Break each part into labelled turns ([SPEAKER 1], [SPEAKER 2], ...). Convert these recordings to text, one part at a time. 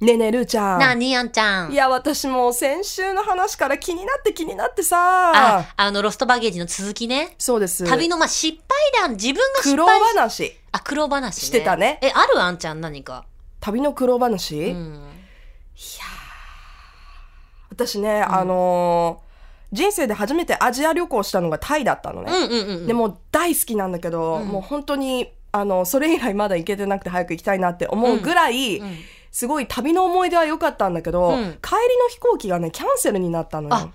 [SPEAKER 1] ねえねえるーちゃん
[SPEAKER 2] なあ、ニアンちゃん。
[SPEAKER 1] いや私もう先週の話から気になって気になって
[SPEAKER 2] あ
[SPEAKER 1] さ、
[SPEAKER 2] あの、ロストバゲージの続きね。
[SPEAKER 1] そうです
[SPEAKER 2] 旅の、まあ、失敗談、自分が失
[SPEAKER 1] 苦労
[SPEAKER 2] 敗し
[SPEAKER 1] 話
[SPEAKER 2] あ、苦労話、ね。
[SPEAKER 1] してたね
[SPEAKER 2] え、あるあんちゃん、何か。
[SPEAKER 1] 旅の苦労話、
[SPEAKER 2] うん。
[SPEAKER 1] 私ね、あのー人生で初めてアジア旅行したのがタイだったの
[SPEAKER 2] う
[SPEAKER 1] ね、
[SPEAKER 2] んうんうん。
[SPEAKER 1] で、もう大好きなんだけど、
[SPEAKER 2] うん
[SPEAKER 1] もう本当にあのそれ以来まだ行けてなくて早く行きたいなって思うぐらい、
[SPEAKER 2] うん、
[SPEAKER 1] すごい旅の思い出は良かったんだけど、
[SPEAKER 2] うん
[SPEAKER 1] 帰りの飛行機がねキャンセルになったのよ
[SPEAKER 2] あ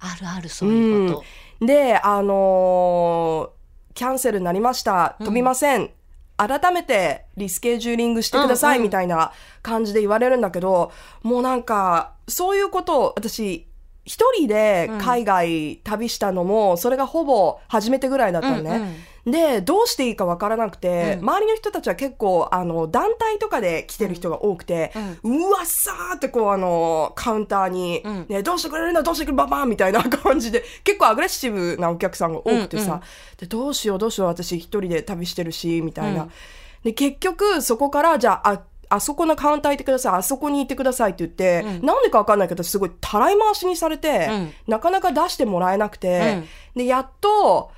[SPEAKER 2] あるある、そういうこと。
[SPEAKER 1] で、あのーキャンセルになりました。
[SPEAKER 2] うん
[SPEAKER 1] 飛びません。改めてリスケジューリングしてくださ
[SPEAKER 2] う
[SPEAKER 1] い
[SPEAKER 2] んうん
[SPEAKER 1] みたいな感じで言われるんだけど、もうなんか、そういうことを私、一人で海外旅したのも、それがほぼ初めてぐらいだったのね。で、どうしていいかわからなくて、
[SPEAKER 2] うん
[SPEAKER 1] 周りの人たちは結構、あの、団体とかで来てる人が多くて、
[SPEAKER 2] うんうん
[SPEAKER 1] うわっさーってこうあのカウンターに、
[SPEAKER 2] うん
[SPEAKER 1] ね、どうしてくれるのどうしてくれるババンみたいな 感じで結構アグレッシブなお客さんが多くてさ、
[SPEAKER 2] うんうん
[SPEAKER 1] でどうしようどうしよう私一人で旅してるしみたいな、
[SPEAKER 2] うん
[SPEAKER 1] で結局そこからじゃあああそこのカウンター行ってくださいあそこに行ってくださいって言って、
[SPEAKER 2] うん
[SPEAKER 1] なんでかわかんないけどすごいたらい回しにされて、
[SPEAKER 2] うん
[SPEAKER 1] なかなか出してもらえなくて、
[SPEAKER 2] うん
[SPEAKER 1] でやっと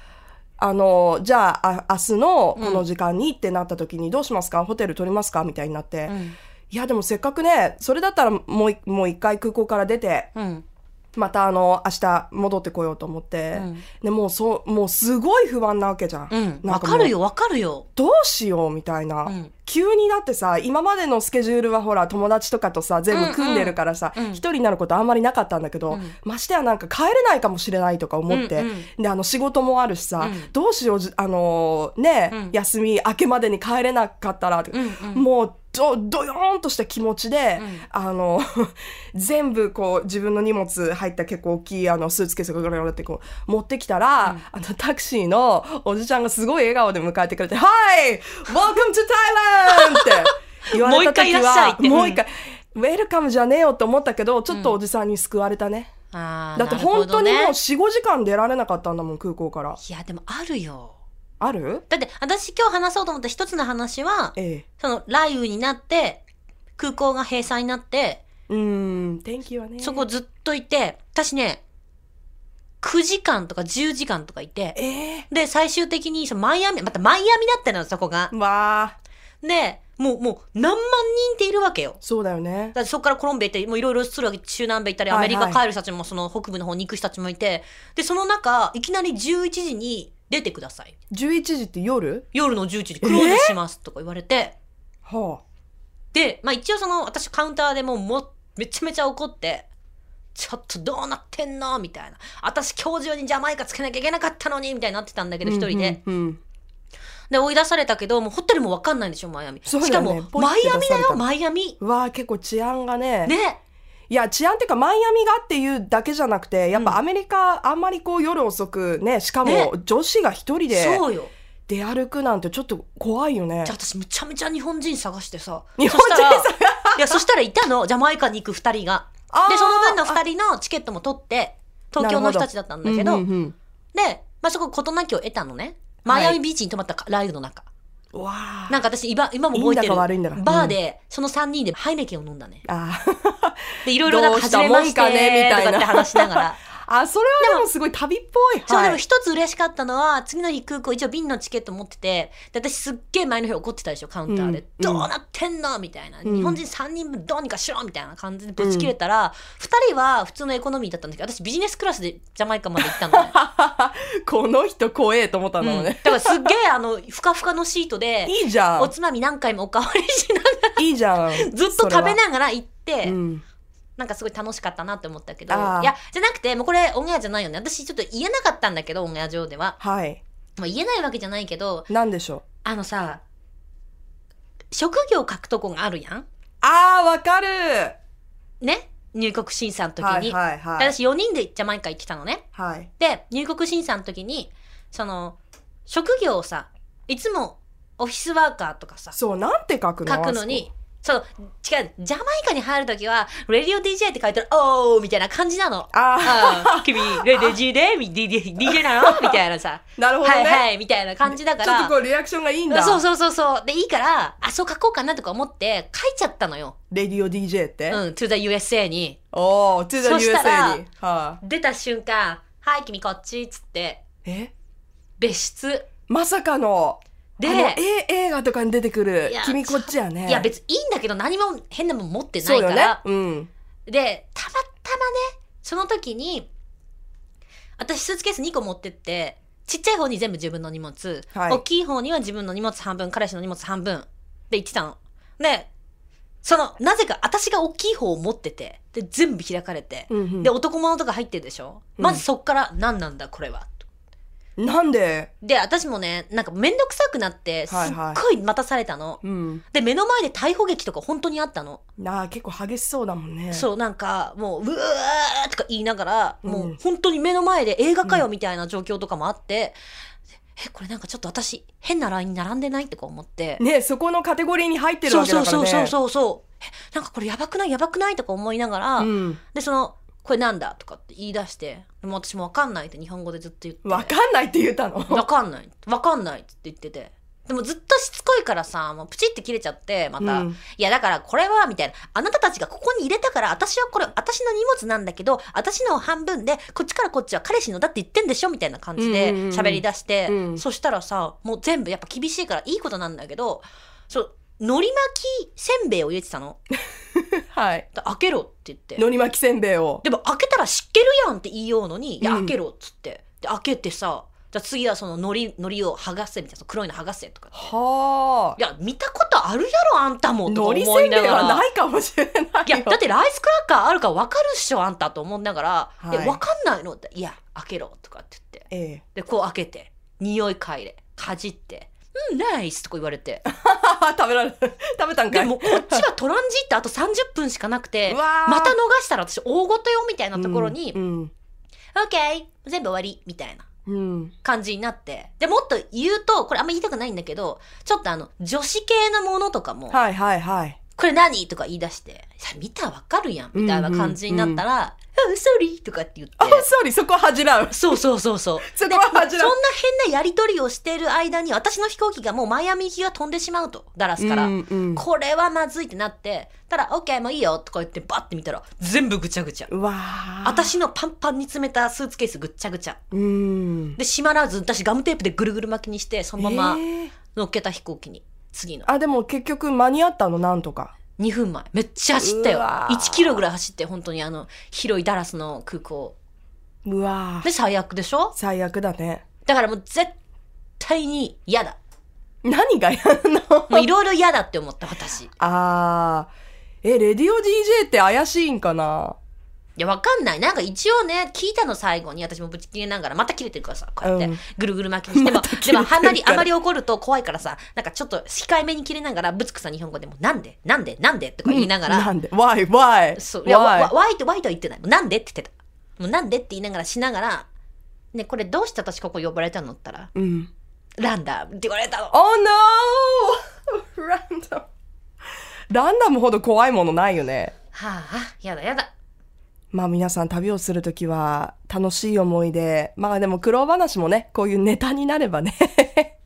[SPEAKER 1] あのじゃああ明日のこの時間にってなった時にどうしますかホテル取りますかみたいになって。
[SPEAKER 2] うん。
[SPEAKER 1] いや、でもせっかくね、それだったらもうい、もう一回空港から出て、
[SPEAKER 2] うん。
[SPEAKER 1] またあの、明日戻ってこようと思って。
[SPEAKER 2] うん
[SPEAKER 1] で、もうそう、もうすごい不安なわけじゃん。
[SPEAKER 2] うん。
[SPEAKER 1] な
[SPEAKER 2] わ
[SPEAKER 1] んもう
[SPEAKER 2] かるよ、わかるよ。
[SPEAKER 1] どうしようみたいな、
[SPEAKER 2] うん
[SPEAKER 1] 急にだってさ、今までのスケジュールはほら、友達とかとさ、全部組んでるからさ、一、
[SPEAKER 2] うんうんうん
[SPEAKER 1] 人になることあんまりなかったんだけど、
[SPEAKER 2] うん
[SPEAKER 1] ましてやなんか帰れないかもしれないとか思って、
[SPEAKER 2] うん
[SPEAKER 1] で、あの、仕事もあるしさ、
[SPEAKER 2] うん
[SPEAKER 1] どうしよう、じあのーね、
[SPEAKER 2] うん
[SPEAKER 1] 休み明けまでに帰れなかったら、
[SPEAKER 2] うんうん。
[SPEAKER 1] もうどどよーんとした気持ちで、
[SPEAKER 2] うん
[SPEAKER 1] あの 全部こう自分の荷物入った結構大きいあのスーツケースがぐらぐらってこう持ってきたら、あのタクシーのおじちゃんがすごい笑顔で迎えてくれて「Hi! Welcome to Thailand!」って言われた時
[SPEAKER 2] もう一回いらっしゃいっ
[SPEAKER 1] は
[SPEAKER 2] て
[SPEAKER 1] もう一回「ウェルカムじゃねえよ」って思ったけどちょっとおじさんに救われたね、
[SPEAKER 2] あー
[SPEAKER 1] だって
[SPEAKER 2] なるほ
[SPEAKER 1] 本
[SPEAKER 2] ど
[SPEAKER 1] 当に
[SPEAKER 2] ね
[SPEAKER 1] もう45時間出られなかったんだもん空港から
[SPEAKER 2] いや、でもあるよ。
[SPEAKER 1] ある
[SPEAKER 2] だって、私今日話そうと思った一つの話は、
[SPEAKER 1] ええ
[SPEAKER 2] その、雷雨になって、空港が閉鎖になって、
[SPEAKER 1] うーん天気はね
[SPEAKER 2] そこずっといて、私ね、9時間とか10時間とかいて、
[SPEAKER 1] ええ
[SPEAKER 2] で、最終的に、そのマイアミ、またマイアミだったのよ、そこが。
[SPEAKER 1] わあ
[SPEAKER 2] で、もう、もう、何万人っているわけよ。
[SPEAKER 1] そうだよね
[SPEAKER 2] だってそこからコロンビア行って、もういろいろするわけ、中南米行ったり、
[SPEAKER 1] は
[SPEAKER 2] ア
[SPEAKER 1] いは
[SPEAKER 2] メ
[SPEAKER 1] い
[SPEAKER 2] リカ帰る人たちも、その北部の方に行く人たちもいて、で、その中、いきなり11時に出てください。
[SPEAKER 1] 11時って夜
[SPEAKER 2] 夜の11時、クローズしますとか言われて、
[SPEAKER 1] は
[SPEAKER 2] で、まあ一応その、私カウンターでもうも、めちゃめちゃ怒って、ちょっとどうなってんのみたいな。私今日中にジャマイカつけなきゃいけなかったのにみたいになってたんだ
[SPEAKER 1] あ
[SPEAKER 2] けど、一人で。
[SPEAKER 1] うんうん
[SPEAKER 2] で、追い出されたけど、もうホテルもわかんないんでしょ、マイアミ。
[SPEAKER 1] そうだ
[SPEAKER 2] し
[SPEAKER 1] よ
[SPEAKER 2] か
[SPEAKER 1] ね
[SPEAKER 2] も、
[SPEAKER 1] ポイ
[SPEAKER 2] マ
[SPEAKER 1] って
[SPEAKER 2] イ
[SPEAKER 1] 出
[SPEAKER 2] ア
[SPEAKER 1] され
[SPEAKER 2] ミ
[SPEAKER 1] た
[SPEAKER 2] だよ、マイアミ。
[SPEAKER 1] うんわあ結構治安がね
[SPEAKER 2] ね。
[SPEAKER 1] いや治安っていうかマイアミがっていうだけじゃなくてやっ
[SPEAKER 2] うん
[SPEAKER 1] ぱアメリカあんまりこう夜遅くねしか
[SPEAKER 2] ね
[SPEAKER 1] も女子が一人で
[SPEAKER 2] そうよ。
[SPEAKER 1] 出歩くなんてちょっと怖いよね
[SPEAKER 2] じゃあ私めちゃめちゃ日本人探してさ。
[SPEAKER 1] 日本人
[SPEAKER 2] そしたら
[SPEAKER 1] さんが
[SPEAKER 2] いや、そしたらいたの、ジャマイカに行く二人が。
[SPEAKER 1] あー
[SPEAKER 2] で、その分の二人のチケットも取って、東京の人たちだったんだけど、
[SPEAKER 1] うんうん
[SPEAKER 2] で、まあ、そこ事なきを得たのね。
[SPEAKER 1] は
[SPEAKER 2] マ
[SPEAKER 1] い
[SPEAKER 2] イアミビーチに泊まったかライブの中。
[SPEAKER 1] うんわあ
[SPEAKER 2] なんか私今、今も覚えて
[SPEAKER 1] いい
[SPEAKER 2] る。
[SPEAKER 1] んだか悪いんだか
[SPEAKER 2] バーで、その3人でハイネケンを飲んだね。
[SPEAKER 1] あ
[SPEAKER 2] で、いろいろなんか
[SPEAKER 1] どうし
[SPEAKER 2] 始
[SPEAKER 1] た
[SPEAKER 2] めまして
[SPEAKER 1] もんかねみたいな
[SPEAKER 2] とかって話しなが ら。
[SPEAKER 1] あそれはでもすごい旅っぽい
[SPEAKER 2] そう、でも
[SPEAKER 1] はい
[SPEAKER 2] 一つ嬉しかったのは、次の日空港、一応便のチケット持ってて、で、私すっげえ前の日怒ってたでしょ、カウンターで。
[SPEAKER 1] うん
[SPEAKER 2] どうなってんのみたいな。
[SPEAKER 1] うん
[SPEAKER 2] 日本人3人分どうにかしろみたいな感じでぶち切れたら、二2人は普通のエコノミーだったんだけど、私ビジネスクラスでジャマイカまで行ったのね。
[SPEAKER 1] この人怖えと思った
[SPEAKER 2] うん
[SPEAKER 1] だろう
[SPEAKER 2] だ
[SPEAKER 1] ね
[SPEAKER 2] からすっげえあの、ふかふかのシートで、
[SPEAKER 1] いいじゃ
[SPEAKER 2] お
[SPEAKER 1] ん
[SPEAKER 2] つまみ何回もおかわりしなが
[SPEAKER 1] いいじゃん
[SPEAKER 2] ら、ずっと食べ
[SPEAKER 1] い
[SPEAKER 2] ながら行って、
[SPEAKER 1] うん
[SPEAKER 2] なんかすごい楽しかったなって思ったけど、い
[SPEAKER 1] あー
[SPEAKER 2] や、じゃなくて、もうこれオンエアじゃないよね。私ちょっと言えなかったんだけど、オンエア上では。
[SPEAKER 1] はい
[SPEAKER 2] まあ、言えないわけじゃないけど、
[SPEAKER 1] なんでしょう
[SPEAKER 2] あのさ、職業書くとこがあるやん
[SPEAKER 1] あーわかる
[SPEAKER 2] ね入国審査の時に。
[SPEAKER 1] はいはいはい
[SPEAKER 2] 私4人でジャマイカ行ってたのね。
[SPEAKER 1] はい
[SPEAKER 2] で、入国審査の時に、その、職業をさ、いつもオフィスワーカーとかさ、
[SPEAKER 1] そう、なんて書くの
[SPEAKER 2] 書くのに、その、違う、ジャマイカに入るときは、レディオ DJ って書いてる、おーみたいな感じなの。
[SPEAKER 1] あ
[SPEAKER 2] あー君、レディ DJ み DJ DJ なのみたいなさ。
[SPEAKER 1] あ、なるほどね。
[SPEAKER 2] はいはい、みたいな感じだか
[SPEAKER 1] ちょっと
[SPEAKER 2] ら
[SPEAKER 1] こ。うリアクションがいいんだ。
[SPEAKER 2] そうそうそうそう。で、いいから、あ、そう書こうかなとか思って、書いちゃったのよ。
[SPEAKER 1] レディオ DJ って。
[SPEAKER 2] うん、to the USA に。
[SPEAKER 1] おお、トゥーザ
[SPEAKER 2] そしたら
[SPEAKER 1] USA に。はあ、
[SPEAKER 2] 出た瞬間、はい、君こっち、つって、
[SPEAKER 1] え
[SPEAKER 2] 別室。
[SPEAKER 1] まさかの、
[SPEAKER 2] で
[SPEAKER 1] あの、え映画とかに出てくる
[SPEAKER 2] いや、
[SPEAKER 1] 君こっちやね。
[SPEAKER 2] いや、別にいいんだけど、何も変なもん持ってな
[SPEAKER 1] そ
[SPEAKER 2] いうか
[SPEAKER 1] よ
[SPEAKER 2] ら。
[SPEAKER 1] ね。うん。
[SPEAKER 2] で、たまたまね、その時に、私スーツケース2個持ってって、ちっちゃい方に全部自分の荷物、
[SPEAKER 1] はい
[SPEAKER 2] 大きい方には自分の荷物半分、彼氏の荷物半分で行ってたの。で、その、なぜか私が大きい方を持ってて、で、全部開かれて、
[SPEAKER 1] うんうん
[SPEAKER 2] で、男物とか入ってるでしょ、
[SPEAKER 1] うん
[SPEAKER 2] まずそっから、何なんだこれは。
[SPEAKER 1] なんで、
[SPEAKER 2] で、私もね、なんかめんどくさくなって、すっ
[SPEAKER 1] はいはい
[SPEAKER 2] ごい待たされたの。
[SPEAKER 1] うん。
[SPEAKER 2] で、目の前で逮捕劇とか本当にあったの。
[SPEAKER 1] なあ、結構激しそうだもんね。
[SPEAKER 2] そうなんかもううわーとか言いながら、
[SPEAKER 1] うん
[SPEAKER 2] もう本当に目の前で映画かよみたいな状況とかもあって、えこれなんかちょっと私変なライン並んでないとか思って、
[SPEAKER 1] ねそこのカテゴリーに入ってる
[SPEAKER 2] そう
[SPEAKER 1] わけ
[SPEAKER 2] そ
[SPEAKER 1] だ
[SPEAKER 2] う
[SPEAKER 1] から
[SPEAKER 2] そう
[SPEAKER 1] ね。
[SPEAKER 2] そうそうそうえなんかこれやばくないやばくないとか思いながら、
[SPEAKER 1] うん。
[SPEAKER 2] でその「これなんだ?」とかって言い出してでも私も分かんないって日本語でずっと言って
[SPEAKER 1] わかんないって言ったの。
[SPEAKER 2] わかんないわかんないって言っててでもずっとしつこいからさもうプチって切れちゃってまた、
[SPEAKER 1] うん
[SPEAKER 2] いやだからこれはみたいなあなたたちがここに入れたから私はこれ私の荷物なんだけど私のを半分でこっちからこっちは彼氏のだって言ってんでしょみたいな感じで
[SPEAKER 1] うんうんうん
[SPEAKER 2] 喋り出して、
[SPEAKER 1] うん
[SPEAKER 2] そしたらさもう全部やっぱ厳しいからいいことなんだけどそうのり巻きせんべいを入れてたの
[SPEAKER 1] はい。
[SPEAKER 2] で開けろって言って
[SPEAKER 1] のり巻きせんべいを。
[SPEAKER 2] でも開けたら湿気るやんって言いようのに、いや
[SPEAKER 1] うん
[SPEAKER 2] 開けろっつって。で、開けてさ、じゃあ次はその海苔、海苔を剥がせみたいな、その黒いの剥がせとか。
[SPEAKER 1] はい
[SPEAKER 2] や、見たことあるやろ、あんた
[SPEAKER 1] あ。
[SPEAKER 2] も。とか
[SPEAKER 1] のり
[SPEAKER 2] 思
[SPEAKER 1] せ
[SPEAKER 2] い
[SPEAKER 1] んべい
[SPEAKER 2] なが
[SPEAKER 1] は
[SPEAKER 2] ら。
[SPEAKER 1] ないかもしれない
[SPEAKER 2] い
[SPEAKER 1] よ。
[SPEAKER 2] や、だってライスクラッカーあるから分かるっしょ、あんたと思いながら、
[SPEAKER 1] はい
[SPEAKER 2] で、分かんないのって、いや、開けろとかって言って。
[SPEAKER 1] ええ。
[SPEAKER 2] で、こう開けて、匂い嗅いで、かじって、うん、ナイスとか言われて。
[SPEAKER 1] 食べられる。食べたんかい。
[SPEAKER 2] でも、こっちはトランジットあと30分しかなくて
[SPEAKER 1] う、わー
[SPEAKER 2] また逃したら私大ごとよみたいなところに、
[SPEAKER 1] う
[SPEAKER 2] オッ
[SPEAKER 1] ん。
[SPEAKER 2] ケー全部終わりみたいな。
[SPEAKER 1] うん。うん
[SPEAKER 2] 感じになって。で、もっと言うと、これあんま言いたくないんだけど、ちょっとあの、女子系のものとかも、
[SPEAKER 1] はいはいはい。
[SPEAKER 2] これ何とか言い出して、さ、見たらわかるやん、みたいな感じになったら、うん、ソリーとかって言って。
[SPEAKER 1] あ、sorry そこは恥じらう。
[SPEAKER 2] そうそうそ うそう。
[SPEAKER 1] そこは
[SPEAKER 2] そ
[SPEAKER 1] 恥
[SPEAKER 2] ん
[SPEAKER 1] じ
[SPEAKER 2] な
[SPEAKER 1] らう。
[SPEAKER 2] 変なやりとりをしている間に、私の飛行機がもうマイアミ行きが飛んでしまうと、ダラスから。
[SPEAKER 1] うんうん
[SPEAKER 2] これはまずいってなって、たら、オッケーもういいよとか言って、バッて見たら、全部ぐちゃぐちゃ。
[SPEAKER 1] うわあ。
[SPEAKER 2] 私のパンパンに詰めたスーツケースぐっちゃぐちゃ。
[SPEAKER 1] うん。
[SPEAKER 2] で、閉まらず、私ガムテープでぐるぐる巻きにして、そのまま
[SPEAKER 1] え、ー
[SPEAKER 2] 乗っけた飛行機に次の
[SPEAKER 1] あ、でも結局間に合ったの、なんとか。
[SPEAKER 2] 2分前めっちゃ走ったよ
[SPEAKER 1] うわー
[SPEAKER 2] 1キロぐらい走って本当にあの広いダラスの空港
[SPEAKER 1] うわあ
[SPEAKER 2] で。最悪でしょ
[SPEAKER 1] 最悪だね。
[SPEAKER 2] だからもう絶対に嫌だ
[SPEAKER 1] 何がやんの
[SPEAKER 2] もういろいろ嫌だって思った私い
[SPEAKER 1] あー。え、レディオ DJ って怪しいんかな
[SPEAKER 2] やわかんないなんか一応ね聞いたの最後に私もぶち切れながらまた切れてるからさこうやって
[SPEAKER 1] うん
[SPEAKER 2] ぐるぐる巻きにして、でも
[SPEAKER 1] また切れて
[SPEAKER 2] で
[SPEAKER 1] る
[SPEAKER 2] も
[SPEAKER 1] から
[SPEAKER 2] あんまりあまり怒ると怖いからさなんかちょっと控えめに切れながらぶつくさ日本語でもなんでなんでなんでとか言いながら、
[SPEAKER 1] なんで ?Why? Why?
[SPEAKER 2] そう。いや、わ
[SPEAKER 1] Why？
[SPEAKER 2] わわいとわいとは言ってない。もうなんでって言ってた。もうなんでって言いながらしながら、ね、これどうして私ここ呼ばれたのって言ったら、
[SPEAKER 1] うん。
[SPEAKER 2] ランダムって言われたの。
[SPEAKER 1] Oh no! ランダム。ランダムほど怖いものないよね。
[SPEAKER 2] はあ、やだやだ。
[SPEAKER 1] まあ皆さん旅をするときは楽しい思い出。まあでも苦労話もね、こういうネタになればね。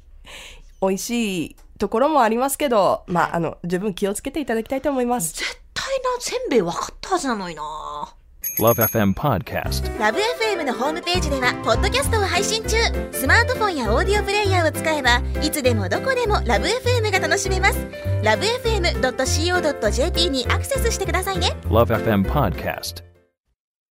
[SPEAKER 1] 美味しいところもありますけど、まああの、十分気をつけていただきたいと思います。
[SPEAKER 2] 絶対な、せんべい分かったはずなのにな。
[SPEAKER 3] Love FM Podcast.
[SPEAKER 4] ラブ f m のホームページではポッドキャストを配信中スマートフォンやオーディオプレイヤーを使えばいつでもどこでもラブ f m が楽しめますラブ FM.co.jp にアクセスしてくださいね
[SPEAKER 3] Love FM Podcast.